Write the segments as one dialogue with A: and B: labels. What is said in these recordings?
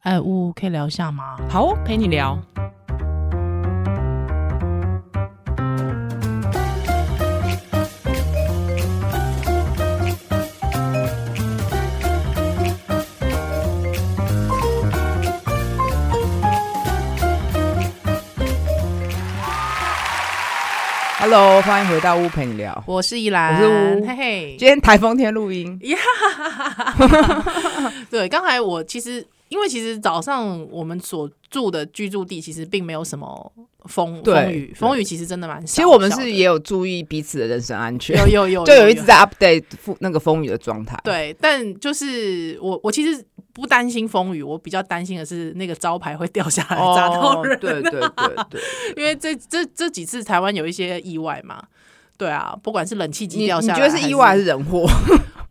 A: 哎，呜，可以聊一下吗？
B: 好哦，陪你聊。
C: Hello，欢迎回到屋陪你聊。
A: 我是依兰，
C: 我是呜
A: 嘿嘿
C: 今。天台风天录音，
A: 对，刚才我其实因为其实早上我们所住的居住地其实并没有什么风
C: 对
A: 风雨，
C: 对
A: 风雨其实真的蛮小。
C: 其实我们
A: 小的
C: 是也有注意彼此的人身安全，
A: 有有有，
C: 就有一直在 update 风那个风雨的状态。
A: 对，但就是我我其实不担心风雨，我比较担心的是那个招牌会掉 下来
C: 哦，
A: 砸到人。
C: 对对对 对，
A: 因为这这这几次台湾有一些意外嘛，对啊，不管是冷气
C: 你
A: 机
C: 你
A: 掉下
C: 觉
A: 来，
C: 得是意外还是？人祸？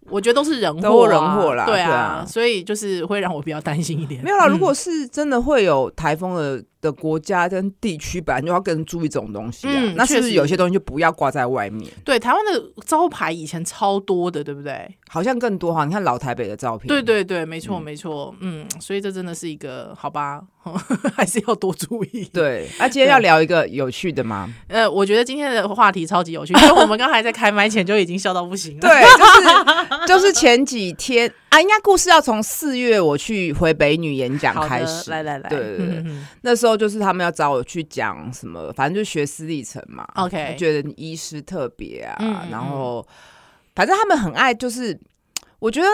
A: 我觉得都是人祸、啊，
C: 都人祸啦
A: 对
C: 对啊
A: 所以就是会让我比较担心一点。
C: 没有啦，
A: 嗯
C: 如果是真的会有台风的的国家跟地区，本来就要更注意这种东西啊。
A: 嗯
C: 那是不
A: 确
C: 是
A: 实
C: 有些东西就不要挂在外面？
A: 对台湾的招牌以前超多的，对不对？
C: 好像更多哈，你看老台北的照片，
A: 对对对，没错
C: 嗯
A: 没错，嗯，所以这真的是一个好吧， 还是要多注意。
C: 对。那、今天要聊一个有趣的 吗？
A: 呃，我觉得今天的话题超级有趣，因为我们刚才在开麦前就已经笑到不行了。
C: 对，就是就是前几天啊，应该故事要从四月我去回北女演讲
A: 好
C: 开
A: 的，
C: 始。
A: 来来来，
C: 对对对
A: 嗯嗯嗯
C: 那时候就是他们要找我去讲什么，反正就学私立程嘛。
A: OK
C: 就觉得你医师特别啊，
A: 嗯嗯嗯
C: 然后反正他们很爱，就是我觉得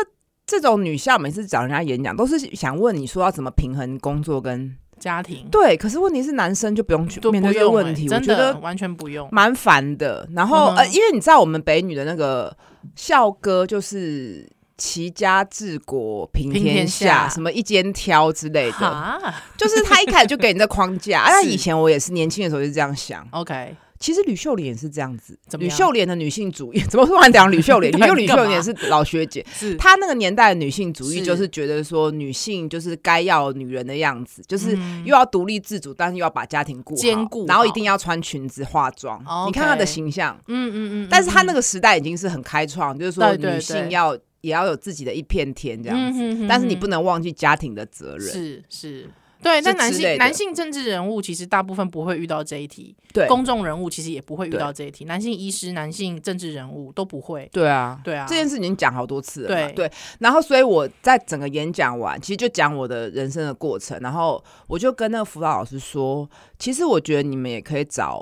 C: 这种女校每次找人家演讲，都是想问你说要怎么平衡工作跟
A: 家庭
C: 对，可是问题是男生就不用去
A: 都
C: 面
A: 不
C: 对这个
A: 用
C: 问
A: 欸
C: 题，我
A: 真
C: 觉
A: 的
C: 得
A: 完全不用。
C: 蛮烦的。然后、
A: 嗯哼
C: 呃，因为你知道我们北女的那个校歌就是。齐家治国平
A: 平
C: 天
A: 天
C: 下，
A: 下
C: 什么一肩挑之类的，
A: 哈
C: 就是他一开始就给你这框 架。啊，那
A: 是
C: 以前我也是年轻的时候就这样想。
A: ，OK，
C: 其实吕秀莲也是这样子，
A: 怎么
C: 吕
A: 样
C: 秀莲的女性主义 怎么突然讲吕秀莲？
A: 对
C: 因为吕
A: 干
C: 秀
A: 嘛
C: 莲是老 学姐，
A: 是
C: 她那个年代的女性主义
A: 是
C: 就是觉得说女性就是该要女人的样子，就是
A: 嗯
C: 又要独立自主，但是又要把家庭顾好
A: 兼顾好
C: 然后一定要穿裙子化妆。
A: 哦
C: 你看她的
A: OK
C: 形象，
A: 嗯嗯嗯，
C: 但是她那
A: 个
C: 个时代已经是很开创，就是说
A: 对对
C: 女性
A: 对
C: 要也要有自己的一片天这样子，
A: 嗯哼哼
C: 但是你
A: 哼
C: 不能忘记家庭的责任。
A: 是是，对。
C: 是
A: 但男
C: 之类的
A: 性男性政治人物其实大部分不会遇到这一题，
C: 对，
A: 公众人物其实也不会遇
C: 对
A: 到这一题，男性医师、男性政治人物都不会。
C: 对啊，
A: 对啊，
C: 这件事已经讲好多次了嘛，
A: 对
C: 对。然后，所以我在整个演讲完，其实就讲我的人生的过程，然后我就跟那个辅导老师说，其实我觉得你们也可以找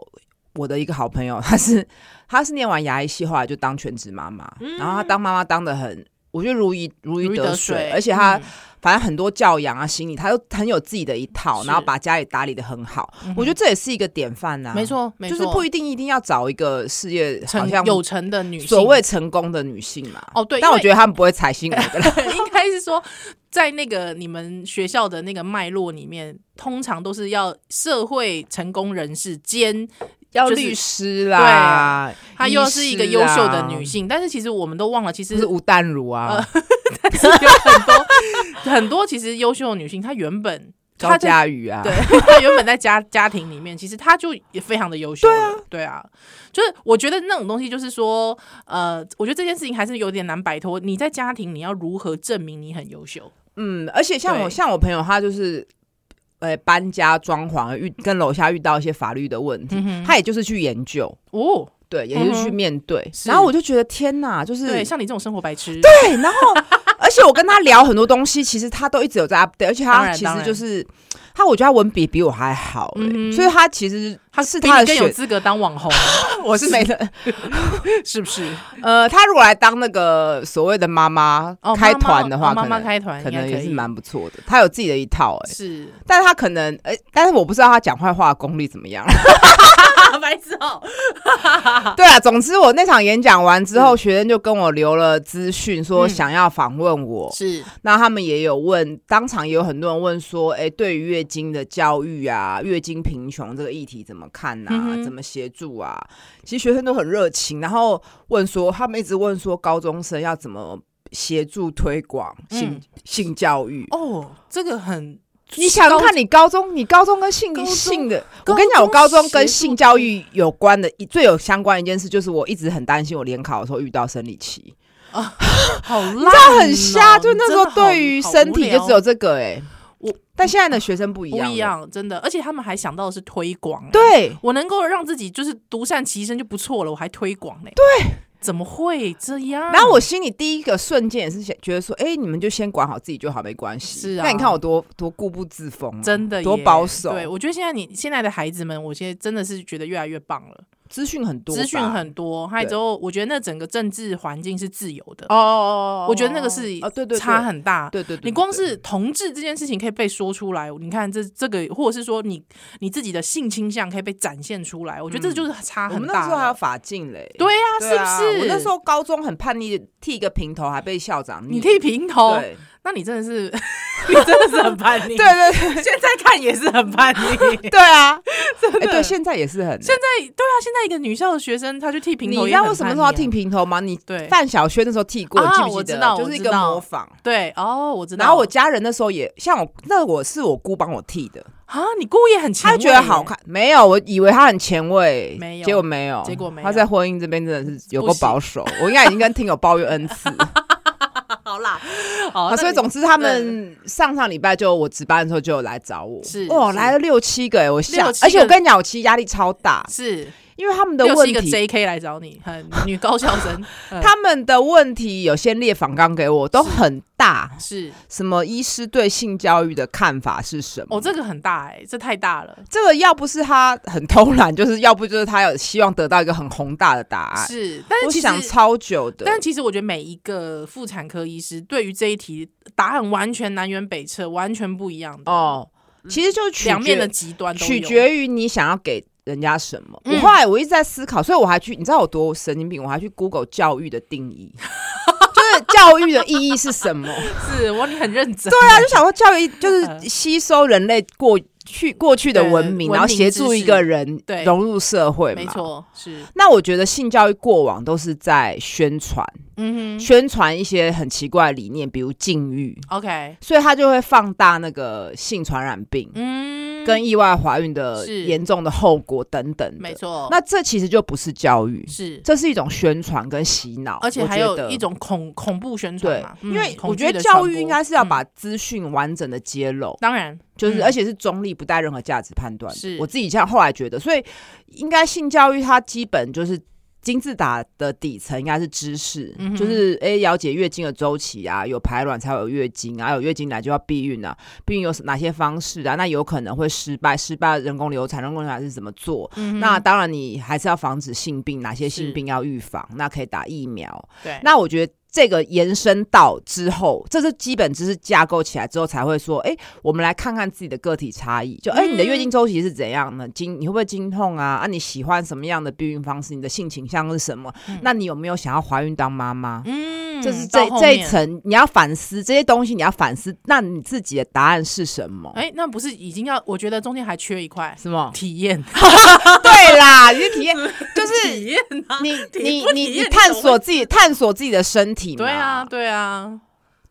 C: 我的一个好朋友，她是 她是念完牙医系，后来就当全职妈妈，然后她当妈妈当的很。我觉得如鱼如
A: 嗯
C: 鱼
A: 如鱼
C: 得
A: 得
C: 水，
A: 水，
C: 而且她
A: 嗯
C: 反正很多教养啊、心理，她都很有自己的一套，
A: 是
C: 然后把家里打理的很好。
A: 嗯
C: 我觉得这也是一个典范呐、啊，
A: 没，错，没
C: 就
A: 错，
C: 是不一定一定要找一个事业好
A: 成
C: 像
A: 有成的女性，
C: 所谓成功的女性嘛。
A: 哦对
C: 但
A: 因
C: 我
A: 为
C: 觉得他们不会采信我的啦。
A: 应该是说，在那个你们学校的那个脉络里面，通常都是要社会成功人士兼
C: 要
A: 就是
C: 律师啊啦，
A: 她
C: 医
A: 又是一个优秀的女
C: 师
A: 性，但是其实我们都忘了，其
C: 啊，
A: 实
C: 不是吴淡如啊，
A: 有很多很多其实优秀的女性，她原本
C: 高
A: 她在
C: 佳宇啊，
A: 对，她原本在家家庭里面，其实她就也非常的优秀。对啊，对啊，就是我觉得那种东西，就是说，呃，我觉得这件事情还是有点难摆脱。你在家庭，你要如何证明你很优秀？
C: 嗯，而且像我
A: 对
C: 像我朋友，他就是。呃，搬家装潢遇跟楼下遇到一些法律的问题，
A: 嗯哼
C: 他也就是去研究，
A: 哦，
C: 对，也就是去
A: 嗯哼
C: 面对。
A: 是
C: 然后我就觉得天哪，就是
A: 对，像你这种生活白痴，
C: 对，然后而且我跟他聊很多东西，其实他都一直有在 update，而且
A: 当
C: 他
A: 然
C: 其实
A: 当然
C: 就是他，我觉得他文笔比我还好、欸，
A: 嗯哼
C: 所以他其实
A: 她
C: 是
A: 比
C: 他
A: 你
C: 的
A: 更有
C: 选，
A: 资格当网 红，
C: 我是没的。
A: 是不是？
C: 呃，他如果来当那个所谓的妈妈、
A: 哦，
C: 开团的话，
A: 妈
C: 可
A: 妈哦妈妈
C: 能
A: 开团
C: 可
A: 应该
C: 能也是
A: 以
C: 蛮不错的。他有自己的一套、欸，哎，
A: 是
C: 但是他可能，哎、但是我不知道他讲坏话的功力怎么 样。
A: 啊，白痴哦，
C: 对啊，总之我那场演讲完之后，学生就跟我留了资讯，说
A: 嗯
C: 想要访问我。
A: 是
C: 那他们也有问，当场也有很多人问说，哎、对于月经的教育啊，月经贫穷这个议题怎么看呐、
A: 嗯哼
C: 怎么协助啊？其实学生都很热情，然后问说，他们一直问说，高中生要怎么协助推广性、
A: 嗯
C: 性教育？
A: 哦，这个很
C: 你想
A: 高
C: 看你高中，你高中跟性
A: 高中
C: 性的，
A: 高
C: 我跟你讲，我
A: 中
C: 高中
A: 协助
C: 跟性教育有关的一最有相关的一件事，就是我一直很担心我联考的时候遇到生理期，
A: 好烂哦，哦
C: 很瞎。就那时候
A: 嗯真的好
C: 对于身体就只有这个哎、欸
A: 好我
C: 但现在的学生不一
A: 不
C: 样，
A: 一，样，真的，而且他们还想到的是推广、欸，
C: 对，
A: 我能够让自己就是独善其身就不错了，我还推广呢、对，怎么会这样？
C: 然后我心里第一个瞬间也是想觉得说，哎、你们就先管好自己就好，没关系。
A: 是啊
C: 那你看我多多固步自封啊、
A: 真的
C: 多
A: 耶
C: 保守
A: 对，我觉得现在你现在的孩子们，我现在真的是觉得越来越棒了，
C: 资讯很多吧，
A: 资讯很多，还有之后，我觉得那整个政治环境是自由的，
C: 哦哦，哦
A: 我觉得那个是
C: 哦对对对
A: 差很大。
C: 对对对，
A: 你光
C: 对
A: 是同志这件事情可以被说出来，你看这这个，或者是说你你自己的性倾向可以被展现出来，我觉得这就是差
C: 嗯我
A: 很
C: 们那
A: 大
C: 时候还有
A: 了。
C: 法镜嘞，
A: 对呀、
C: 对啊，
A: 是不
C: 我
A: 是？
C: 那时候高中很叛逆，剃一个平头还被校长
A: 你剃平头，哦
C: 对
A: 那你真的 是，你真的是很叛逆。
C: 对对
A: 现在看也是很叛逆。
C: 对 对啊，哎，对，现在也是很。
A: 现在对啊，现在一个女校的学生，她去剃平头、
C: 你知道为什么说要剃？平头吗？你
A: 啊对
C: 范晓萱那时候剃过，
A: 啊
C: 记不
A: 我知
C: 记得
A: 道？
C: 就是一
A: 我
C: 个
A: 知道
C: 模仿。
A: 对哦，我知道。
C: 然后我家人那时候也像我，那我是我姑帮我剃的，
A: 啊，你姑也很前
C: 她
A: 卫
C: 觉得好看。没有，我以为她很前卫，
A: 没有
C: 结果没有，
A: 结果没有
C: 她在婚姻这边真的是有
A: 不
C: 够
A: 行
C: 保守，我应该已经跟听友抱怨 n 次。
A: 耶，好啦， 好，哦
C: 啊，
A: 那
C: 所以
A: 你
C: 总之他们上上礼拜就我值班的时候就有来找我，
A: 是
C: 哦，
A: 是
C: 来了六七个哎、我吓
A: 六，七个
C: 而且我跟你讲，我其实压力超大，
A: 是
C: 因为他们的
A: 又
C: 问
A: 是一个
C: 题，
A: JK 来找你，很女高校 生，嗯
C: 他们的问题有先列访纲给我，都很大，
A: 是
C: 什么医师对性教育的看法是什么？
A: 哦，这个很大哎，这太大了，
C: 这个要不是他很偷懒，就是要不就是他有希望得到一个很宏大的答案。
A: 是，但是
C: 啊我
A: 其
C: 想
A: 实。
C: 超久的，
A: 但其实我觉得每一个妇产科医师对于这一题答案完全南辕北辙，完全不一样的，
C: 哦，其实就取
A: 嗯
C: 决
A: 两面的极端都
C: 取
A: 有
C: 决于你想要给人家什么。
A: 嗯
C: 我后来我一直在思考，所以我还去，你知道我多神经病，我还去 Google 教育的定义，就是教育的意义是什 么？
A: 是哇，你很认真，
C: 对啊，就想说教育就
A: 嗯
C: 是吸收人类过去过去的
A: 对
C: 文明，
A: 文
C: 然后
A: 明
C: 协
A: 知
C: 助一
A: 识
C: 个人
A: 对
C: 融入社会嘛。
A: 没。错，是，
C: 那我觉得性教育过往都是在宣传，
A: 嗯哼
C: 宣传一些很奇怪的理念，比如禁欲，
A: ，OK，
C: 所以它就会放大那个性传染病。
A: 嗯，
C: 跟意外怀孕的
A: 是
C: 严重的后果等等的
A: 没错，
C: 那这其实就不是教育，
A: 是，
C: 这是一种宣传跟洗脑，
A: 而且
C: 我
A: 还
C: 觉
A: 有
C: 得
A: 一种恐恐怖宣传
C: 对
A: 嘛，，嗯
C: 因为
A: 恐
C: 我
A: 惧
C: 觉得
A: 的
C: 教
A: 传
C: 育应
A: 播
C: 该是要
A: 嗯
C: 把资讯完整的揭露，
A: 当然
C: 就是
A: 嗯
C: 而且是中立，不带任何价值判断的。
A: 是
C: 我自己这样后来觉得，所以应该性教育它基本就是。金字塔的底层应该是知识，
A: 嗯哼
C: 就是诶、了解月经的周期啊，有排卵才有月经啊，有月经来就要避孕啊，避孕有哪些方式啊？那有可能会失败，失败人工流产，人工流产是怎么做？
A: 嗯
C: 那
A: 哼
C: 当然，你还是要防止性病，哪些性
A: 是
C: 病要预防？那可以打疫苗。
A: 对
C: 那我觉得这个延伸到之后，这是基本知识架构起来之后，才会说，哎、我们来看看自己的个体差异。就，哎、你的月
A: 嗯
C: 经周期是怎样呢？经你会不会经痛啊？啊，你喜欢什么样的避孕方式？你的性倾向是什么？
A: 嗯
C: 那你有没有想要怀孕当妈妈？
A: 嗯
C: 这是
A: 到
C: 这
A: 后
C: 这一
A: 面
C: 层，你要反思这些东西，你要反思，那你自己的答案是什么？
A: 哎，那不是已经要？我觉得中间还缺一块？
C: 什么
A: 体验，
C: 对啦，你的体 验就是
A: 体验啊，
C: 你
A: 体
C: 你
A: 不
C: 你
A: 体
C: 你
A: 验你
C: 探
A: 怎么
C: 索自己探索自己的身体嘛？
A: 对啊，，对啊，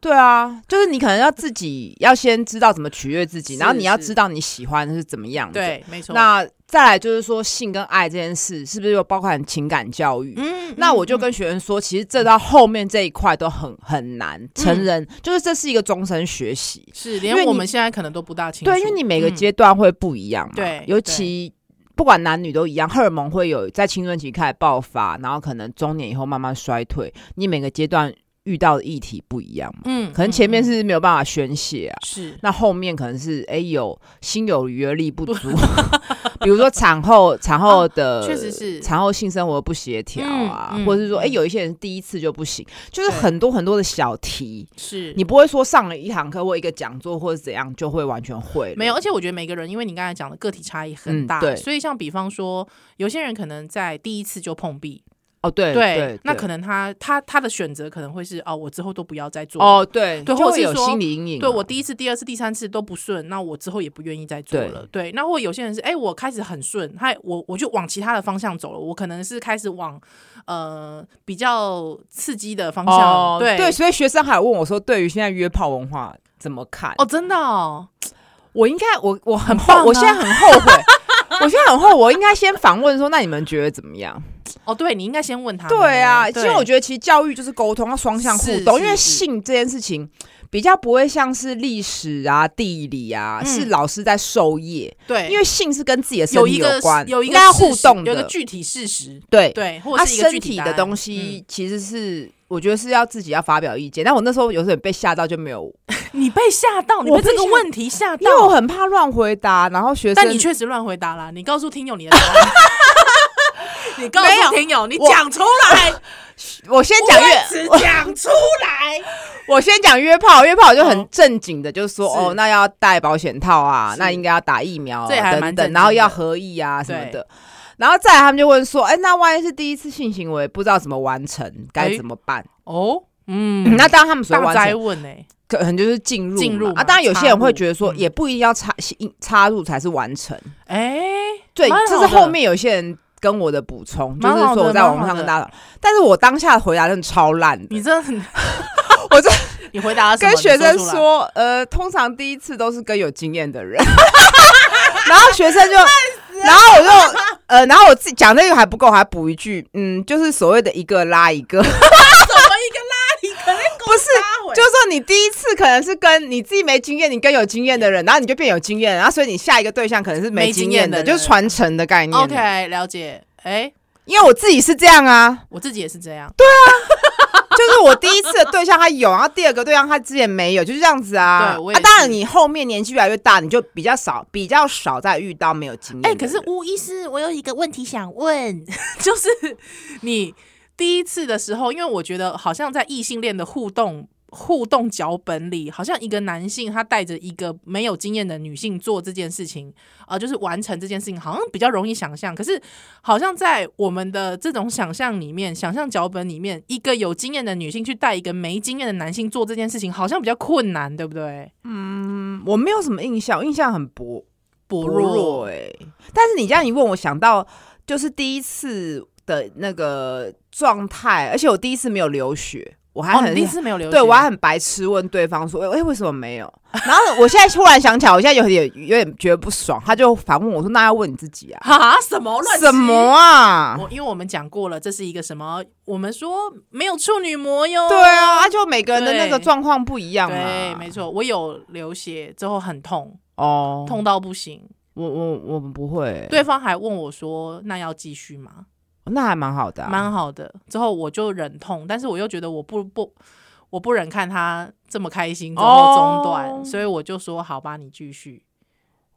C: 对啊，就是你可能要自己要先知道怎么取悦自己，
A: 是
C: 然后你要
A: 是
C: 知道你喜欢的是怎么样的。，
A: 对，没错。
C: 嗯那再来就是说性跟爱这件事，是不是又包含情感教育？
A: 嗯
C: 那
A: 嗯
C: 我就
A: 嗯
C: 跟学生说，其实这到后面这一块都很很难，
A: 嗯
C: 成人、就是这是一个终身学习，
A: 是
C: 因为
A: 连我
C: 你
A: 们现在可能都不大清楚，
C: 对，因为你每个
A: 嗯
C: 阶段会不一样嘛，
A: 对
C: 尤其。不管男女都一样，荷尔蒙会有在青春期开始爆发，然后可能中年以后慢慢衰退。你每个阶段遇到的议题不一样嘛，
A: 嗯，
C: 可能前面
A: 嗯
C: 是没有办法宣泄啊，
A: 嗯是
C: 那后面可能是哎、有心有余而力不足， 比如说 产后产后的、
A: 哦确实是
C: 产后性生活不协调啊，
A: 嗯嗯
C: 或者是说哎、
A: 嗯
C: 有一些人第一次就不行，就是
A: 对
C: 很多很多的小题，
A: 是
C: 你不会说上了一堂课或一个讲座或者怎样就会完全会了
A: 没有，而且我觉得每个人，因为你刚才讲的个体差异很
C: 嗯
A: 大，
C: 对
A: 所以像比方说，有些人可能在第一次就碰壁，
C: 哦，对
A: 那可能他他他的选择可能会是哦，我之后都不要再做，
C: 哦对
A: 对
C: 就
A: 或
C: 会
A: 是
C: 有
A: 说
C: 心理阴影啊，
A: 对我第一次、第二次、第三次都不顺，那我之后也不愿意再做
C: 对
A: 了。对，那或有些人是，哎、我开始很顺，嗨，我我就往其他的方向走了，我可能是开始往呃比较刺激的方向，
C: 哦
A: 对
C: 对，所以学生还问我说，对于现在约炮文化怎么看？
A: 哦，真的哦，
C: 我应该我我很
A: 棒啊
C: 后，我现在很后悔。我现在很后悔，我应该先反问说，那你们觉得怎么样？
A: 哦，对你应该先问他们，哦
C: 对啊，其
A: 对
C: 实我觉得其实教育就是沟通，要双向互
A: 是
C: 动，
A: 是
C: 因为
A: 是
C: 性这件事情比较不会像是历史啊、地理啊，
A: 嗯
C: 是老师在授业，
A: 对，
C: 因为性是跟自己的身
A: 有
C: 体
A: 一个
C: 关，
A: 有一
C: 应
A: 个
C: 该要
A: 事
C: 互
A: 实
C: 动
A: 有一个
C: 的，
A: 具体事实，
C: 对。
A: 对，或
C: 他
A: 者是一个
C: 啊
A: 具
C: 身
A: 体
C: 体
A: 答
C: 的
A: 案嗯
C: 东西其实是，我觉得是要自己要发表意见。但我那时候有点被吓到，就没有，
A: 嗯你被吓到，你
C: 我
A: 被这
C: 被
A: 个
C: 吓
A: 问题吓
C: 因为我
A: 到，
C: 很怕乱回答。然后学生，
A: 但你确实乱回答啦。你告诉听友你的答案，你告
C: 没有
A: 诉听友，你
C: 我
A: 讲出来，
C: 我先
A: 不
C: 讲
A: 会
C: 越，
A: 只讲出来，
C: 我先讲约炮，约炮我就
A: 哦
C: 很正经的，就是说
A: 是
C: 哦，那要戴保险套啊，
A: 是
C: 那应该要打疫苗、啊、
A: 这也还蛮正经
C: 等等，
A: 的
C: 然后要合意啊什么
A: 对
C: 的。然后再来他们就问说，哎，那万一是第一次性行为，不知道怎么完成，该怎么办？
A: 哦，哎嗯，
C: 那当然他们所谓
A: 大
C: 完
A: 灾
C: 成，
A: 问哎，
C: 可能就是进入嘛
A: 进入嘛
C: 啊。当然有些人会觉得
A: 插
C: 说，
A: 入嗯
C: 也不一定要插插入才是完成。
A: 哎，
C: 对
A: 蛮，
C: 这
A: 好
C: 是
A: 的
C: 后面有些人跟我的补充，就
A: 蛮
C: 是
A: 好的
C: 说我在网络
A: 蛮好
C: 上
A: 的
C: 跟大家，但是我当下的回答真的超烂的，
A: 你真的很，
C: 我这
A: 你回答了什么
C: 跟学生，
A: 你出来
C: 说，呃，通常第一次都是跟有经验的人， 然后学生 就，然后我就，呃，然后我自己讲那个还不够，还补一句，嗯，就是所谓的一个拉一个，
A: 怎么一个拉你，可能
C: 不是。就说你第一次可能是跟你自己没经验，你跟有经验的人，然后你就变有经验，然后所以你下一个对象可能是
A: 没
C: 没
A: 经
C: 经
A: 验
C: 验的，
A: 的
C: 就是
A: 人
C: 传承的概念。
A: OK 了解，哎，
C: 因为我自己是这样啊，
A: 我自己也是这样，
C: 就是我第一次的对象他有，然后第二个对象他之前没有，就是这样子啊。
A: 对我也
C: 啊，
A: 是
C: 当然你后面年纪越来越大，你就比较少比较少再遇到没有经验。
A: 哎、可是，吴医师，我有一个问题想问， 就是你第一次的时候，因为我觉得好像在异性恋的互动互动脚本里，好像一个男性他带着一个没有经验的女性做这件事情，呃，就是完成这件事情，好像比较容易想象。可是好像在我们的这种想象里面，想象脚本里面，一个有经验的女性去带一个没经验的男性做这件事情，好像比较困难，对不对？
C: 嗯，我没有什么印象，我印象很薄
A: 薄
C: 弱哎、但是你这样一问，我想到就是第一次的那个状态，而且我第一次没有流血，我还
A: 哦，
C: 很、
A: 你第一次没有流血，
C: 对我还很白痴问对方说，哎、为什么没有？然后我现在突然想起来，我现在有点有点觉得不爽，他就反问我说，那要问你自己啊。
A: 哈什么乱
C: 什
A: 七
C: 么啊？
A: 我因为我们讲过了，这是一个什么？我们说没有处女膜哟。
C: 对啊，啊就每个人的那个
A: 哦对
C: 状况不一样
A: 对，
C: 嘛。
A: 没错，我有流血之后很痛，
C: 哦，
A: 痛到不行。
C: 我我我们不会欸，
A: 对方还问我说：“那要继续吗
C: 那还蛮好的、？”啊，
A: 蛮好的。之后我就忍痛，但是我又觉得我不不，我不忍看他这么开心，然后中断，
C: 哦
A: 所以我就说：“好吧，你继续。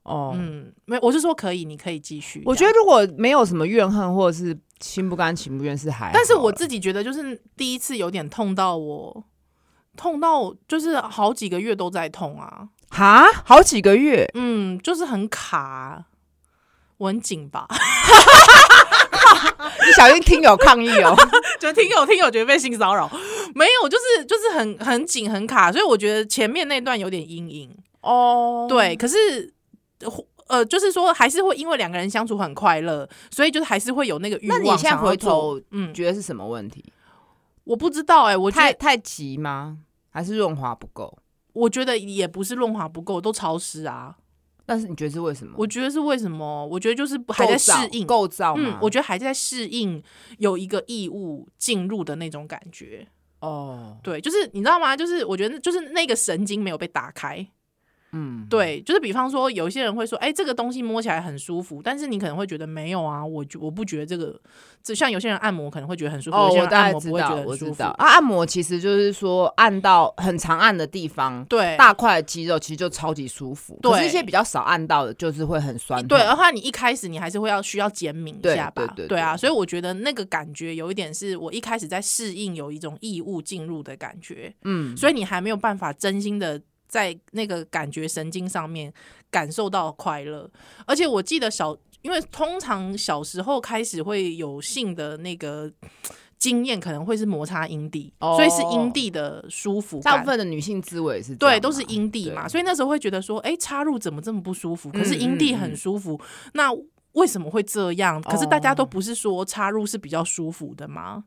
C: 哦。
A: 嗯，没，我是说可以，你可以继续。
C: 我
A: 这
C: 觉
A: 样
C: 得如果没有什么怨恨或者是心不甘情不愿是还好啦，
A: 但是我自己觉得，就是第一次有点痛到我，痛到就是好几个月都在痛啊。
C: 哈好几个月
A: 嗯，就是很卡，我很紧 吧？
C: 你小心听友抗议 哦。
A: 就听友听友觉得被性骚扰，没有，就是就是很很紧很卡，所以我觉得前面那段有点阴影。
C: 哦，
A: 对，可是呃，就是说还是会因为两个人相处很快乐，所以就是还是会有那个欲
C: 那
A: 望。
C: 你现在回头，
A: 嗯，
C: 觉得是什么问题？
A: 我不知道哎、我觉
C: 太
A: 得
C: 太急吗？还是润滑不够？
A: 我觉得也不是润滑不够，都潮湿啊。
C: 但是你觉得是为什么？
A: 我觉得是为什么？我觉得就是还在适应。
C: 构造吗？
A: 嗯，我觉得还在适应有一个异物进入的那种感觉。
C: 哦，
A: 对，就是你知道吗？就是我觉得就是那个神经没有被打开。
C: 嗯，
A: 对，就是比方说，有一些人会说，哎、这个东西摸起来很舒服，但是你可能会觉得没有啊，我觉我不觉得这个，就像有些人按摩可能会觉得很舒服，
C: 哦，
A: 有些
C: 我
A: 人
C: 大
A: 按
C: 概
A: 摩不
C: 知
A: 会觉
C: 道，
A: 得
C: 我
A: 很舒
C: 知
A: 服
C: 道。啊。按摩其实就是说按到很常按的地方，
A: 对，
C: 大块的肌肉其实就超级舒服。
A: 对
C: 可是一些比较少按到的，就是会很酸痛。
A: 对，而话你一开始你还是会要需要减敏一
C: 对
A: 下吧，
C: 对对
A: 啊，
C: 对
A: 所以我觉得那个感觉有一点是我一开始在适应有一种异物进入的感觉，
C: 嗯，
A: 所以你还没有办法真心的在那个感觉神经上面感受到快乐。而且我记得小，因为通常小时候开始会有性的那个经验，可能会是摩擦阴蒂，
C: 哦
A: 所以是阴蒂的舒服
C: 大
A: 感
C: 部。分的女性滋味也是这样
A: 对，
C: 嘛
A: 都是阴蒂嘛，
C: 对
A: 所以那时候会觉得说，哎、插入怎么这么不舒服？可是
C: 嗯
A: 阴蒂
C: 嗯
A: 很
C: 嗯
A: 舒服，那为什么会这样？可是大家都不是说插入是比较舒服的吗？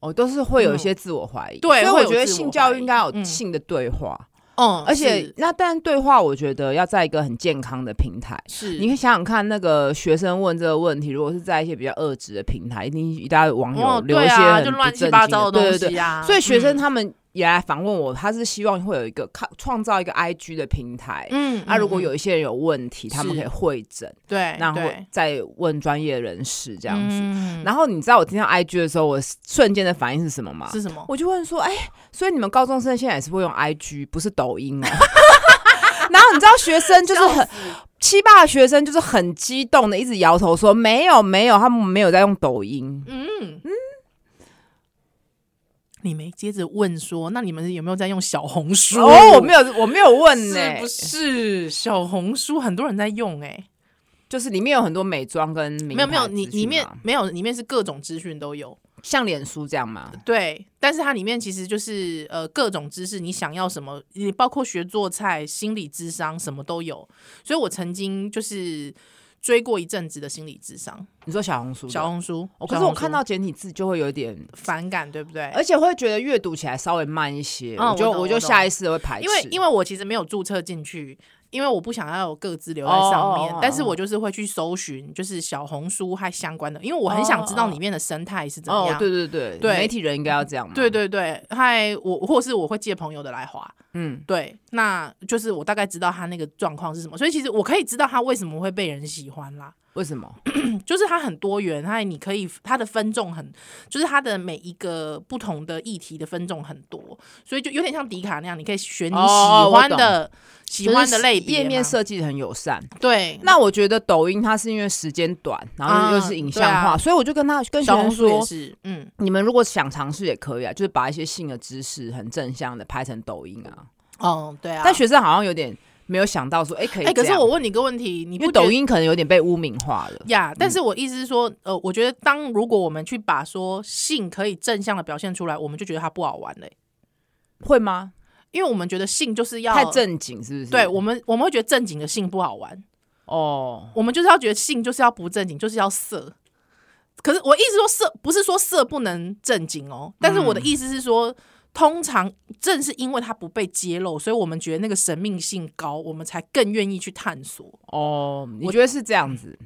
C: 哦，都是会有一些自我怀疑。
A: 嗯对
C: 所
A: 会
C: 以我
A: 有
C: 觉得
A: 自我
C: 性教
A: 怀
C: 育
A: 疑
C: 应该
A: 嗯
C: 有性的对话，
A: 嗯，
C: 而且
A: 是
C: 那但对话，我觉得要在一个很健康的平台。
A: 是
C: 你可以想想看，那个学生问这个问题，如果是在一些比较恶质的平台，一定一大堆网友
A: 哦，
C: 留一
A: 对
C: 些
A: 啊，
C: 很
A: 就
C: 不
A: 乱
C: 正
A: 七
C: 经
A: 八糟
C: 的
A: 的东
C: 对对对
A: 西啊。
C: 所以学生
A: 嗯
C: 他们也来访问我，他是希望会有一个创创造一个 IG 的平台。
A: 嗯，
C: 啊那、如果
A: 嗯
C: 有一些人有问题，他们
A: 是
C: 可以会诊，
A: 对，
C: 然后
A: 对
C: 再问专业人士这样子。
A: 嗯
C: 然后你知道我听到 IG 的时候，我瞬间的反应是什么吗？
A: 是什么？
C: 我就问说，哎、所以你们高中生现在也是会用 IG，不是抖音哦、 然后你知道学生就是很七八的学生就是很激动的一直摇头说没有没有，他们没有在用抖音。
A: 嗯嗯，你没接着问说，那你们有没有在用小红书？
C: 哦，我没有我没有问呢、
A: 是不是小红书很多人在用、欸？
C: 就是里面有很多美妆跟名
A: 哎，没有没有，
C: 牌
A: 你
C: 资讯啊
A: 里面
C: 嘛
A: 没有，里面是各种资讯都有。
C: 像脸书这样吗？
A: 对，但是它里面其实就是呃各种知识，你想要什么，你包括学做菜、心理智商什么都有。所以我曾经就是追过一阵子的心理智商，
C: 你说小红书的？
A: 小红书。
C: 哦，可
A: 小
C: 是我
A: 红书
C: 看到简体字就会有点，
A: 反感，对不对？
C: 而且会觉得阅读起来稍微慢一些，
A: 嗯
C: 我就
A: 我懂
C: 就
A: 我懂
C: 下意识的会排斥。
A: 因为因
C: 为
A: 为我其实没有注册进去，因为我不想要有各自留在上面
C: 哦哦哦哦
A: 但是我就是会去搜寻，就是小红书还相关的，因为我很想知道里面的生态是怎么
C: 哦
A: 样。，
C: 对对对，
A: 对
C: 媒体人应该要这样嘛。
A: 对对对，还我或是我会借朋友的来滑，
C: 嗯。
A: 对，那就是我大概知道他那个状况是什么，所以其实我可以知道他为什么会被人喜欢啦，
C: 为什么？
A: 就是他很多元，他你可以他的分众很，就是他的每一个不同的议题的分众很多，所以就有点像迪卡那样，你可以选你
C: 哦哦
A: 喜
C: 我
A: 欢
C: 懂
A: 的、喜欢
C: 就
A: 的
C: 是
A: 类别嘛，
C: 页面设计得很友善。
A: 对，
C: 那我觉得抖音它是因为时间短，然后又
A: 啊
C: 又是影像化，
A: 对啊
C: 所以我就跟他跟学
A: 小红
C: 生
A: 书也
C: 说，
A: 是，嗯，
C: 你们如果想尝试也可以啊，就是把一些性的知识很正向的拍成抖音啊。
A: 哦，对啊。
C: 但学生好像有点没有想到说，哎、可以
A: 哎、可
C: 这
A: 是
C: 样
A: 我问你一个问题，你
C: 因
A: 不觉得
C: 为抖音嗯可能有点被污名化了。
A: 呀？但是我意思是说，呃，我觉得当如果我们去把说性可以正向的表现出来，我们就觉得它不好玩嘞、
C: 会吗？
A: 因为我们觉得性就是要
C: 太。正经是不是？
A: 对我们，我们会觉得正经的性不好玩，
C: 哦，
A: 我们就是要觉得性就是要不正经，就是要色。可是我意思说色不是说色不能正经哦，但是我的意思是说，通常正是因为它不被揭露，所以我们觉得那个神秘性高，我们才更愿意去探索。
C: 哦，你觉得是这样子？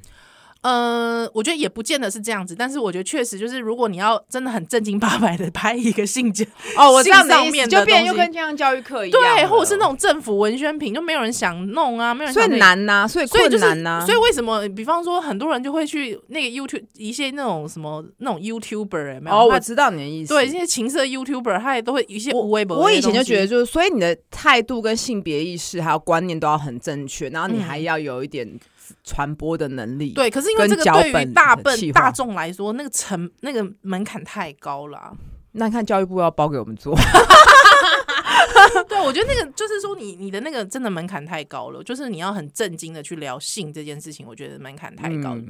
A: 呃，我觉得也不见得是这样子，但是我觉得确实就是，如果你要真的很正经八百的拍一个性质，
C: 哦，我知道你的
A: 性上
C: 意思，
A: 面
C: 就
A: 的
C: 变得
A: 东
C: 又
A: 西
C: 跟像教育课一样了，
A: 对，或者是那种政府文宣品，就没有人想弄啊，没有人
C: 所
A: 想
C: 以
A: 那个。
C: 难啊呐、所以
A: 所以
C: 困
A: 就是
C: 难呐、，
A: 所以为什么，比方说，很多人就会去那个 YouTube 一些那种什么那种 YouTuber 有没有？
C: 哦，我
A: 他
C: 知道你的意思。
A: 对一些情色 YouTuber，他也都会有一些无微博。
C: 我以前就觉得，，就是所以你的态度跟性别意识还有观念都要很正确，然后你
A: 嗯
C: 还要有一点传播的能力。，
A: 对，可是因为
C: 跟
A: 这个
C: 脚
A: 对
C: 本
A: 于大
C: 的
A: 笨
C: 企
A: 大
C: 划
A: 众来说，那个成那个门槛太高了啊、
C: 那看教育部要包给我们做，
A: 对，我觉得那个就是说你，你的那个真的门槛太高了，就是你要很震惊的去聊性这件事情，我觉得门槛太高了，
C: 嗯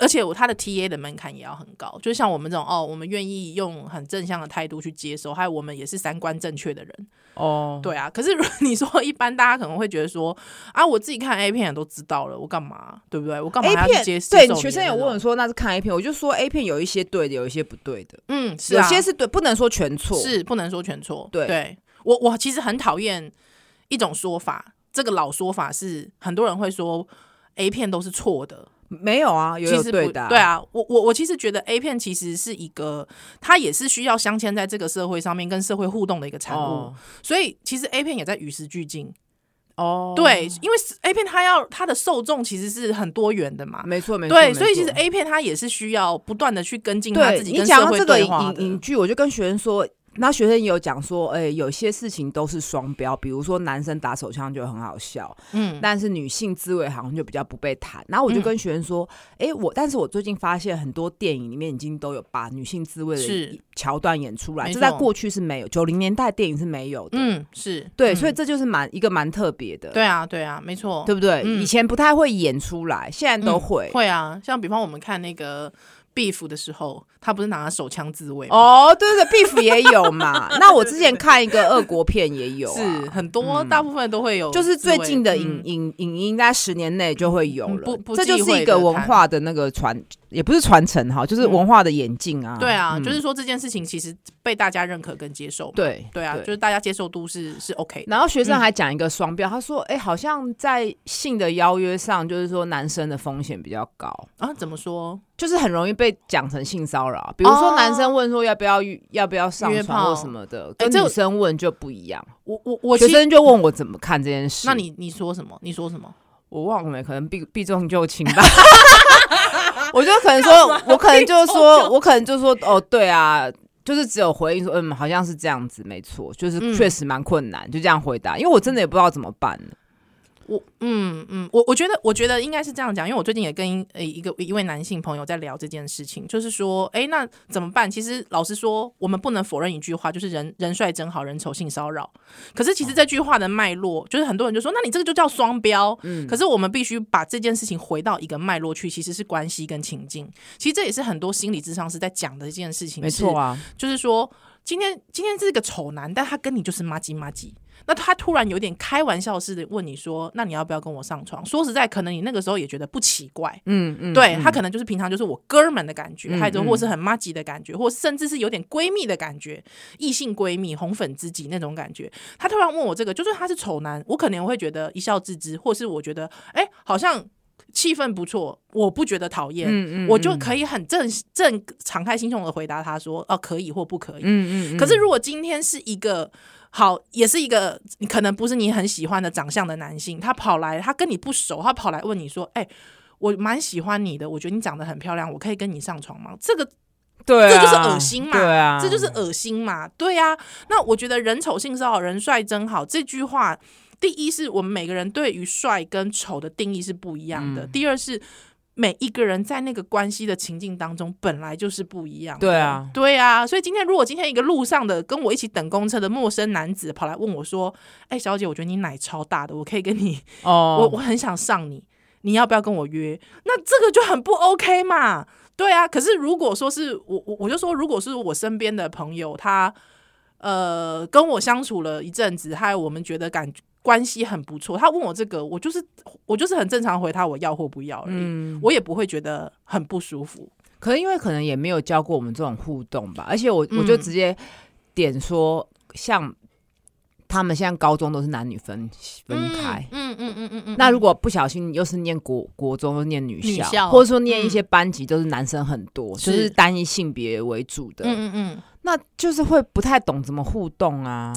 A: 而且我他的 T A 的门槛也要很高，就像我们这种哦，我们愿意用很正向的态度去接受，还有我们也是三观正确的人，
C: 哦，
A: 对啊。可是如果 你说一般，大家可能会觉得说啊，我自己看 A 片也都知道了，我干嘛，对不对？我干嘛
C: A
A: 还要去接接
C: 片
A: 受
C: 对
A: 你的
C: 学生
A: 那
C: 有
A: 种
C: 问我，说那是看 A 片，我就说 A 片有一些对的，有一些不对的，
A: 嗯，是
C: 有
A: 啊，
C: 些是对，不能说全错。
A: 是不能说全错。
C: 对
A: 我我其实很讨厌一种说法，这个老说法是很多人会说 A 片都是错的，
C: 没有啊，也
A: 其
C: 有
A: 实不
C: 对的、
A: 对，啊，我我我其实觉得 A 片其实是一个，它也是需要镶嵌在这个社会上面跟社会互动的一个产物，
C: 哦
A: 所以其实 A 片也在与时俱进。
C: 哦，
A: 对，因为 A 片它要它的受众其实是很多元的嘛。
C: 没错没错，
A: 对，
C: 没
A: 所以其实
C: 错
A: A 片它也是需要不断的去跟进它
C: 对
A: 自己
C: 你
A: 跟社
C: 讲到
A: 会
C: 这个
A: 对
C: 影
A: 话
C: 影
A: 的。
C: 影剧，我就跟学生说，那学生也有讲说，哎、有些事情都是双标，比如说男生打手枪就很好笑，
A: 嗯，
C: 但是女性自慰好像就比较不被谈。然后我就
A: 嗯
C: 跟学生说，哎、我但是我最近发现很多电影里面已经都有把女性自慰的
A: 是
C: 桥段演出来，
A: 没
C: 这在
A: 错
C: 过去是没有，九零年代电影是没有的。
A: 嗯，是
C: 对，
A: 嗯
C: 所以这就是蛮一个蛮特别的，
A: 对啊，对啊，没错，
C: 对不对？
A: 嗯
C: 以前不太会演出来，现在都
A: 嗯
C: 会。
A: 会啊，像比方我们看那个 Beef 的时候，他不是拿手枪自卫吗？
C: 哦，对对对，beef 也 有嘛。那我之前看一个俄国片也有、啊，
A: 是很多，大部分都会有自
C: 就
A: 卫，
C: 是最近的
A: 嗯
C: 影影影音，在十年内就会有
A: 嗯
C: 了
A: 不，不
C: 这就
A: 忌
C: 是
A: 讳
C: 一个
A: 的
C: 文
A: 谈嗯
C: 化的那个传也不是传承哈，就是文化的演进啊。
A: 对啊，
C: 嗯
A: 就是说这件事情其实被大家认可跟接受嘛。
C: 对
A: 对啊，就是大家接受度是是 OK 的。
C: 然后学
A: 嗯
C: 生还讲一个双标，他说：“哎、好像在性的邀约上，就是说男生的风险比较高，
A: 啊，怎么说？
C: 就是很容易被讲成性骚扰。比如说
A: 哦
C: 男生问说要不要约要不要上
A: 约
C: 床或
A: 炮
C: 什么的，
A: 哎
C: 跟
A: 这
C: 女生问就不一样。
A: 我我我
C: 学
A: 其实，
C: 生就问我怎么看这件事，
A: 那你你说什么？你说什么？
C: 我忘了，可能避避重就轻 吧。”我就可能说，我可能就
A: 避
C: 是
A: 重
C: 说，
A: 就
C: 我可能就说，哦，对啊，就是只有回应说，嗯，好像是这样子，没错，就是
A: 嗯
C: 确实蛮困难，就这样回答，因为我真的也不知道怎么办呢。
A: 我嗯嗯，我我觉得我觉得应该是这样讲，因为我最近也跟呃一个一位男性朋友在聊这件事情，就是说，哎，那怎么办？其实老实说，我们不能否认一句话，就是人人帅真好人丑性骚扰。可是其实这句话的脉络，就是很多人就说，那你这个就叫双标。
C: 嗯
A: 可是我们必须把这件事情回到一个脉络去，其实是关系跟情境。其实这也是很多心理智商是在讲的一件事情，
C: 没错啊，
A: 就是说，今天今天是个丑男，但他跟你就是妈鸡妈鸡。那他突然有点开玩笑似的问你说：“那你要不要跟我上床？”说实在，可能你那个时候也觉得不奇怪，
C: 嗯嗯，
A: 对
C: 嗯
A: 他可能就是平常就是我哥们的感觉，
C: 嗯
A: 还有
C: 嗯
A: 或是很妈吉的感觉，或甚至是有点闺蜜的感觉，异性闺蜜、红粉知己那种感觉。他突然问我这个，就算他是丑男，我可能会觉得一笑置之，或是我觉得哎、好像气氛不错，我不觉得讨厌，
C: 嗯
A: 我就可以很正正敞开心胸的回答他说：“哦、可以或不可以。
C: 嗯嗯嗯
A: 可是如果今天是一个好，也是一个你可能不是你很喜欢的长相的男性，他跑来，他跟你不熟，他跑来问你说：‘哎、我蛮喜欢你的，我觉得你长得很漂亮，我可以跟你上床吗？’这个
C: 对啊、
A: 这就是恶心嘛
C: 对啊，
A: 这就是恶心嘛，对呀、那我觉得“人丑性骚扰，人帅真好”这句话，第一是我们每个人对于帅跟丑的定义是不一样
C: 嗯
A: 的，第二是每一个人在那个关系的情境当中本来就是不一样的。
C: 对啊，
A: 对啊，所以今天如果今天一个路上的跟我一起等公车的陌生男子跑来问我说：“哎、小姐，我觉得你奶超大的，我可以跟你，
C: 哦，
A: 我我很想上你，你要不要跟我约？”那这个就很不 OK 嘛。对啊，可是如果说是我我我就说，如果是我身边的朋友，他呃跟我相处了一阵子，还有我们觉得感关系很不错，他问我这个，我就是我就是很正常回他我要或不要而已，
C: 嗯，
A: 我也不会觉得很不舒服。
C: 可能因为可能也没有教过我们这种互动吧，而且我我
A: 嗯
C: 就直接点说，像他们现在高中都是男女分分开。
A: 嗯嗯嗯嗯嗯嗯。
C: 那如果不小心又是念国国中，又念女校，
A: 女校嗯
C: 或者说念一些班级都是男生很多，
A: 是
C: 就是单一性别为主的，
A: 嗯嗯嗯，
C: 那就是会不太懂怎么互动啊。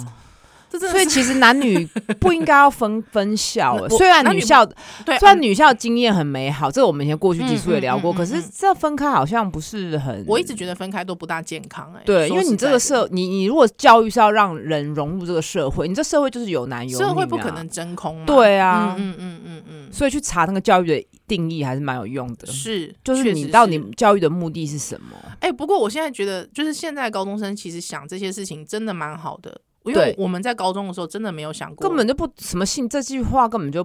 A: 这真的
C: 所以
A: 是
C: 其实男女不应该要分 分校啊
A: 我，
C: 虽然
A: 男
C: 女
A: 女不
C: 校
A: 对，
C: 虽然
A: 嗯
C: 女校经验很美好，这我们以前过去几处也聊
A: 嗯嗯
C: 过，
A: 嗯嗯
C: 可是
A: 嗯
C: 这分开好像不是很。
A: 我一直觉得分开都不大健康哎、
C: 对，
A: 说
C: 因为你
A: 实
C: 这
A: 在
C: 个
A: 的
C: 社，你你如果教育是要让人融入这个社会，你这社会就是有男有女、啊，
A: 社会不可能。真空嘛，
C: 对啊，
A: 嗯嗯嗯嗯
C: 所以去查那个教育的定义还是蛮有用的
A: 嗯，。是，
C: 就是
A: 确
C: 你
A: 实
C: 到底教育的目的是什么？
A: 哎、不过我现在觉得，就是现在高中生其实想这些事情真的蛮好的，因为
C: 对
A: 我们在高中的时候真的没有想过，
C: 根本就不什么性，这句话根本就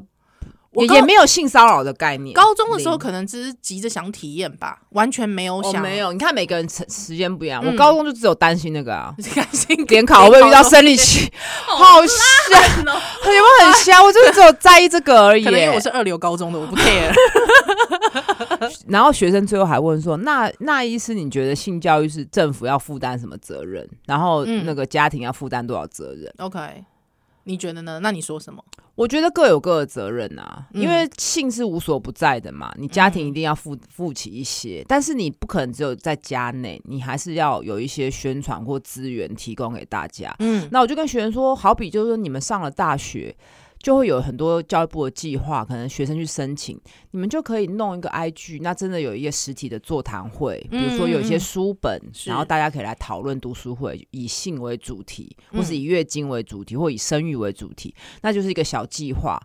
A: 我
C: 也
A: 高
C: 也没有性骚扰的概念。
A: 高中的时候
C: 零
A: 可能只是急着想体验吧，完全没有
C: 我
A: 想、
C: 哦没有，你看每个人时时间不一样，
A: 嗯
C: 我高中就只有担心那个 啊，
A: 开心
C: 联考会不会遇到生理期，好吓，有没有很瞎？我就是只有在意这个而 已
A: 可能因为我
C: 耶。
A: 是二流高中的，我不 care。
C: 然后学生最后还问说：“那那医师，你觉得性教育是政府要负担什么责任？然后
A: 嗯
C: 那个家庭要负担多少责任？”
A: OK，你觉得呢？那你说什么？
C: 我觉得各有各的责任啊，
A: 嗯
C: 因为性是无所不在的嘛，你家庭一定要负负起一些，但是你不可能只有在家内，你还是要有一些宣传或资源提供给大家。
A: 嗯
C: 那我就跟学生说，好比就是说你们上了大学，就会有很多教育部的计划，可能学生去申请，你们就可以弄一个 IG，那真的有一些实体的座谈会，比如说有一
A: 嗯
C: 些
A: 嗯嗯
C: 书本，
A: 是
C: 然后大家可以来讨论读书会，以性为主题，或是
A: 嗯
C: 以月经为主题，或以生育为主题，那就是一个小计划。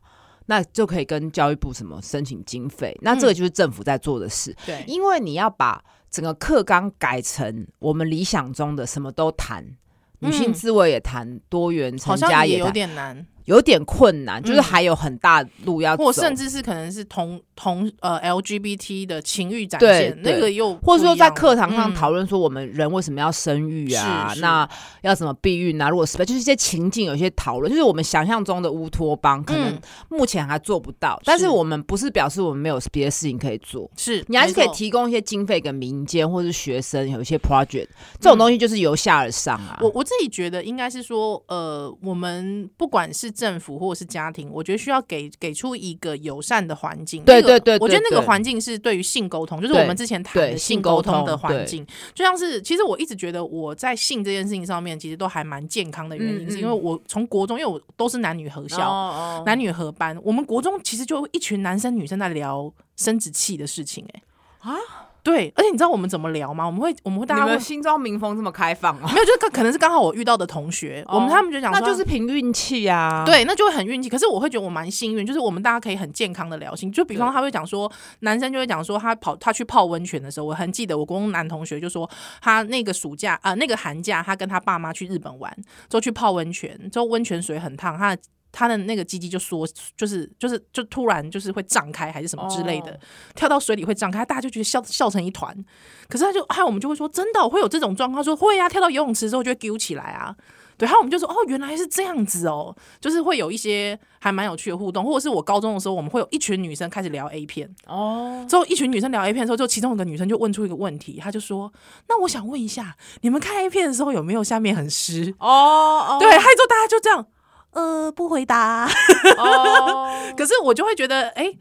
C: 那就可以跟教育部什么申请经费，那
A: 嗯
C: 这个就是政府在做的事。
A: 对，
C: 因为你要把整个课纲改成我们理想中的什么都谈，
A: 嗯
C: 女性自慰也谈，多元成
A: 好像
C: 家
A: 也
C: 也
A: 有
C: 谈。
A: 点难。嗯
C: 有点困难，就是还有很大路要走，
A: 或甚至是可能是同同呃 LGBT 的情欲展
C: 对
A: 现，
C: 对
A: 那个又
C: 或者说在课
A: 堂
C: 堂
A: 嗯
C: 上讨论说我们人为什么要生育啊
A: 是？是
C: 那要怎么避孕啊？如果失败，就是一些情境有一些讨论，就是我们想象中的乌托邦，可能
A: 嗯
C: 目前还做不到。但是
A: 是
C: 我们不是表示我们没有别的事情可以做，
A: 是
C: 你还是可以
A: 没错
C: 提供一些经费给民间或是学生有一些 project，这种东西就是由下而上啊。
A: 我我自己觉得应该是说，呃，我们不管是政府或者是家庭，我觉得需要给给出一个友善的环境。那
C: 对
A: 个
C: 对对对
A: 我觉得那个
C: 对
A: 环境是对于性沟通，就是
C: 对
A: 我们之前谈
C: 对
A: 的
C: 性
A: 性
C: 沟
A: 沟
C: 通
A: 通的环
C: 对
A: 境，就像是其实我一直觉得我在性这件事情上面，其实都还蛮健康的原
C: 嗯
A: 因，是
C: 嗯
A: 因为我从国中，因为我都是男女合校，
C: 哦
A: 男女合班，我们国中其实就一群男生女生在聊生殖器的事情、哎
C: 啊
A: 啊，对，而且你知道我们怎么聊吗？我们会我们会大家会
C: 心中民风这么开放哦？
A: 没有，就是可能是刚好我遇到的同学，我们他们就讲
C: 那
A: 说，
C: 就是凭运气啊。，
A: 对，那就会很运气。可是我会觉得我蛮幸运，就是我们大家可以很健康的聊性。就比方
C: 对
A: 他会讲说，男生就会讲说他跑他去泡温泉的时候，我很记得我国中男同学就说他那个暑假啊、呃那个寒假，他跟他爸妈去日本玩，之后去泡温泉，之后温泉水很烫，他的。他的那个鸡鸡就缩，就是就是就突然就是会胀开还是什么之类的
C: 哦
A: 跳到水里会胀开，大家就觉得笑笑成一团。可是他就害我们就会说，真的哦、会有这种状况？他说会啊，跳到游泳池之后就会揪起来啊。对，然后我们就说哦，原来是这样子哦，就是会有一些还蛮有趣的互动，或者是我高中的时候，我们会有一群女生开始聊 A 片，
C: 哦，
A: 之后一群女生聊 A 片的时候，就其中有个女生就问出一个问题，她就说：“那我想问一下，你们看 A 片的时候有没有下面很湿？”
C: 哦，哦
A: 对，，还之后大家就这样，呃，不回答。
C: 哦，
A: 可是我就会觉得，哎、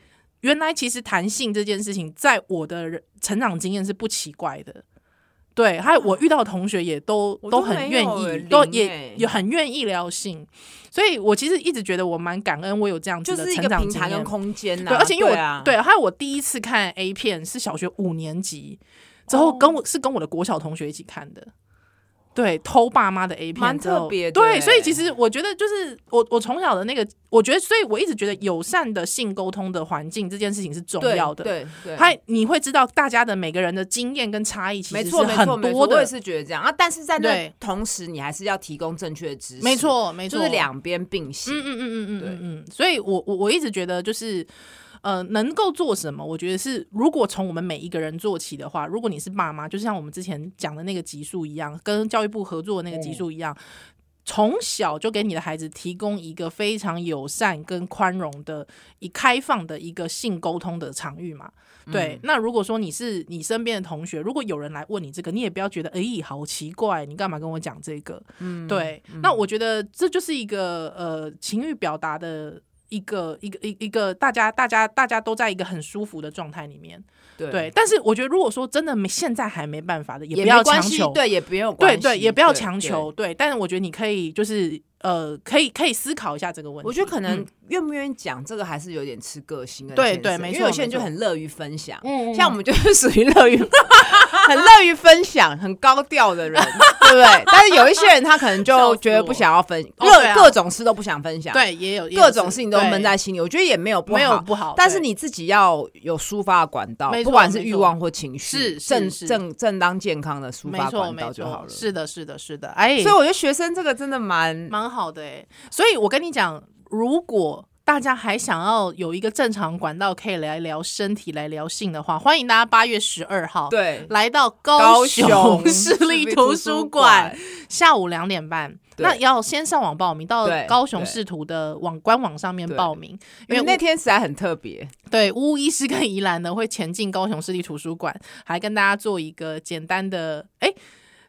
A: 原来其实弹性这件事情，在我的人成长经验是不奇怪的。对，还有我遇到的同学也都
C: 我
A: 都
C: 都没
A: 很愿
C: 有欸
A: 意，都
C: 零欸
A: 也也很愿意聊性，所以我其实一直觉得我蛮感恩我有这样子
C: 就
A: 的
C: 是一
A: 成
C: 个
A: 长
C: 平
A: 经
C: 台跟
A: 验。
C: 空间呐、
A: 对，而且因为我
C: 啊，
A: 对，还有我第一次看 A 片是小学五年级之后，
C: 哦
A: 跟我是跟我的国小同学一起看的。对，偷爸妈的 A 片
C: 蛮
A: 之后，
C: 特别的欸
A: 对，所以其实我觉得就是我我从小的那个，我觉得，所以我一直觉得友善的性沟通的环境这件事情是重
C: 对
A: 要的。
C: 啊对对，
A: 还你会知道大家的每个人的经验跟差异，其
C: 没
A: 实是
C: 错没错
A: 很
C: 没
A: 多
C: 错，我
A: 的
C: 也。是觉得这样啊。但是在那
A: 对
C: 同时，你还是要提供正确的知识，
A: 没，错，没错，
C: 就是两边并行。
A: 嗯嗯嗯嗯嗯
C: 对
A: 嗯嗯，所以我我我一直觉得就是。呃，能够做什么？我觉得是，如果从我们每一个人做起的话，如果你是爸妈，就像我们之前讲的那个集数一样，跟教育部合作的那个集数一样，从小就给你的孩子提供一个非常友善跟宽容的、以开放的一个性沟通的场域嘛。对，那如果说你是你身边的同学，如果有人来问你这个，你也不要觉得，哎、好奇怪，你干嘛跟我讲这个？
C: 嗯，
A: 对，那我觉得这就是一个呃情欲表达的一个一个一一个大家大家大家都在一个很舒服的状态里面。
C: 对
A: 对，但是我觉得如果说真的没现在还没办法的，
C: 也
A: 不要
C: 没关
A: 强
C: 系
A: 求。
C: 对，也不用
A: 对
C: 关
A: 对，
C: 系
A: 也不要
C: 对
A: 强
C: 对
A: 求。对，但是我觉得你可以就是呃，可以可以思考一下这个问题。
C: 我觉得可能
A: 嗯
C: 愿不愿意讲这个还是有点吃个性跟
A: 对
C: 天
A: 对
C: 生
A: 没
C: 因为
A: 错
C: 有些人
A: 没
C: 就
A: 错
C: 很乐于分享，
A: 嗯嗯
C: 像我们就是属于乐于 很乐于分享、很高调 的人，对不对？但是有一些人他可能就
A: 笑死
C: 觉得
A: 我
C: 不想要分，
A: 哦
C: 各
A: 对啊
C: 各种事都不想分享，，
A: 对也有也有
C: 各种事情都
A: 对
C: 闷在心里，我觉得也没有不
A: 没有
C: 好。
A: 不好，
C: 但是
A: 对
C: 你自己要有抒发的管道，
A: 没
C: 不
A: 错
C: 管是欲
A: 没错
C: 望或情绪，
A: 是是
C: 正
A: 是
C: 正正当健康的抒
A: 没
C: 发
A: 错
C: 管
A: 没
C: 道就好
A: 错，
C: 了。
A: 是的是的是的，哎，
C: 所以我觉得学生这个真的蛮
A: 蛮好的哎、所以我跟你讲，如果大家还想要有一个正常管道可以来聊身体、来聊性的话，欢迎大家八月十二号
C: 对。
A: 来到
C: 高
A: 高雄市立
C: 图
A: 图书 馆，下午两点半。
C: 对
A: 那要先上网报名，到
C: 对
A: 高雄
C: 对
A: 市图的网官网上面
C: 对
A: 报名，因
C: 因为
A: 为
C: 嗯那
A: 那
C: 天实在很特别，
A: 对巫医师跟宜兰呢会前进高雄市立图书馆，还跟大家做一个简单的哎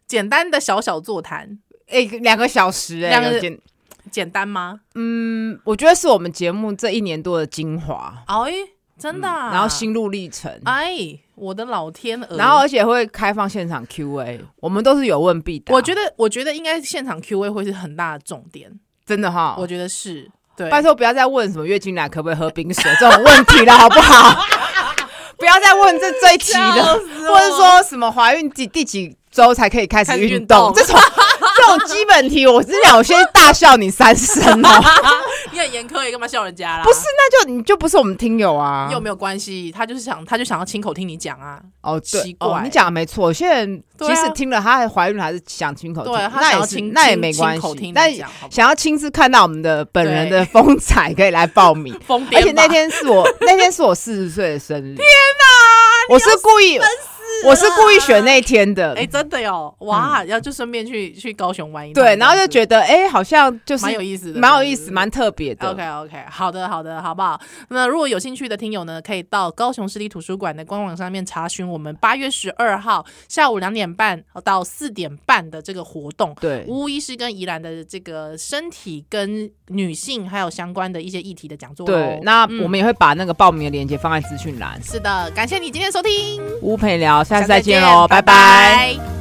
A: 简单的小小座谈，
C: 哎、两个小时、哎，
A: 两个
C: 有点
A: 简单吗？
C: 嗯，我觉得是我们节目这一年多的精华，
A: 哎、真的啊、
C: 嗯然后心路历程，
A: 哎，我的老天鹅！
C: 然后而且会开放现场 Q&A，我们都是有问必答，
A: 我觉得，我觉得应该现场 Q A 会是很大的重点，
C: 真的哈，
A: 我觉得是对。
C: 拜托不要再问什么月经来可不可以喝冰水 这种问题了，好不好？ 不要再问这这一题了，
A: 笑
C: 或者说什么怀孕第第几周才可以开始
A: 开始
C: 运
A: 运动
C: 动这种这种基本题，我真想我先大笑你三声哦。
A: 你很严苛耶，干嘛笑人家啦？
C: 不是，那就你就不是我们听友啊
A: 你。有没有关系？他就是想，他就想要亲口听你讲啊。
C: 哦，对
A: 奇
C: 哦
A: 怪，
C: 你讲的没错。有些人
A: 对啊
C: 即使听了，他还怀孕了，还是啊想亲口听，
A: 对，啊他
C: 那
A: 想
C: 也
A: 要
C: 是
A: 亲，
C: 那也
A: 亲
C: 没关
A: 亲口
C: 系
A: 听。
C: 但
A: 你讲，好不好
C: 想要亲自看到我们的本人
A: 对
C: 的风采，可以来报 名。
A: 疯癫吧。
C: 而且那天是 我那天是我四十岁的生日，天哪！我是故意，我是故意选那一天的。
A: 哎、真的哟，哇，然后就顺便去去高雄玩一趟，
C: 嗯对，然后就觉得哎、好像就
A: 得
C: 是
A: 蛮有意思的，
C: 蛮有意思，嗯蛮特别的。
A: OK OK，好的好的，好不好？那如果有兴趣的听友呢，可以到高雄市立图书馆的官网上面查询我们八月十二号下午两点半到四点半的这个活动。
C: 对，哦
A: 吴医师跟宜兰的这个身体跟女性还有相关的一些议题的讲座、哦。
C: 对，那
A: 嗯
C: 我们也会把那个报名的链接放在资讯栏。
A: 是的，感谢你今天收听，
C: 吴陪聊，下次哦
A: 下
C: 再见喽，拜拜
A: 拜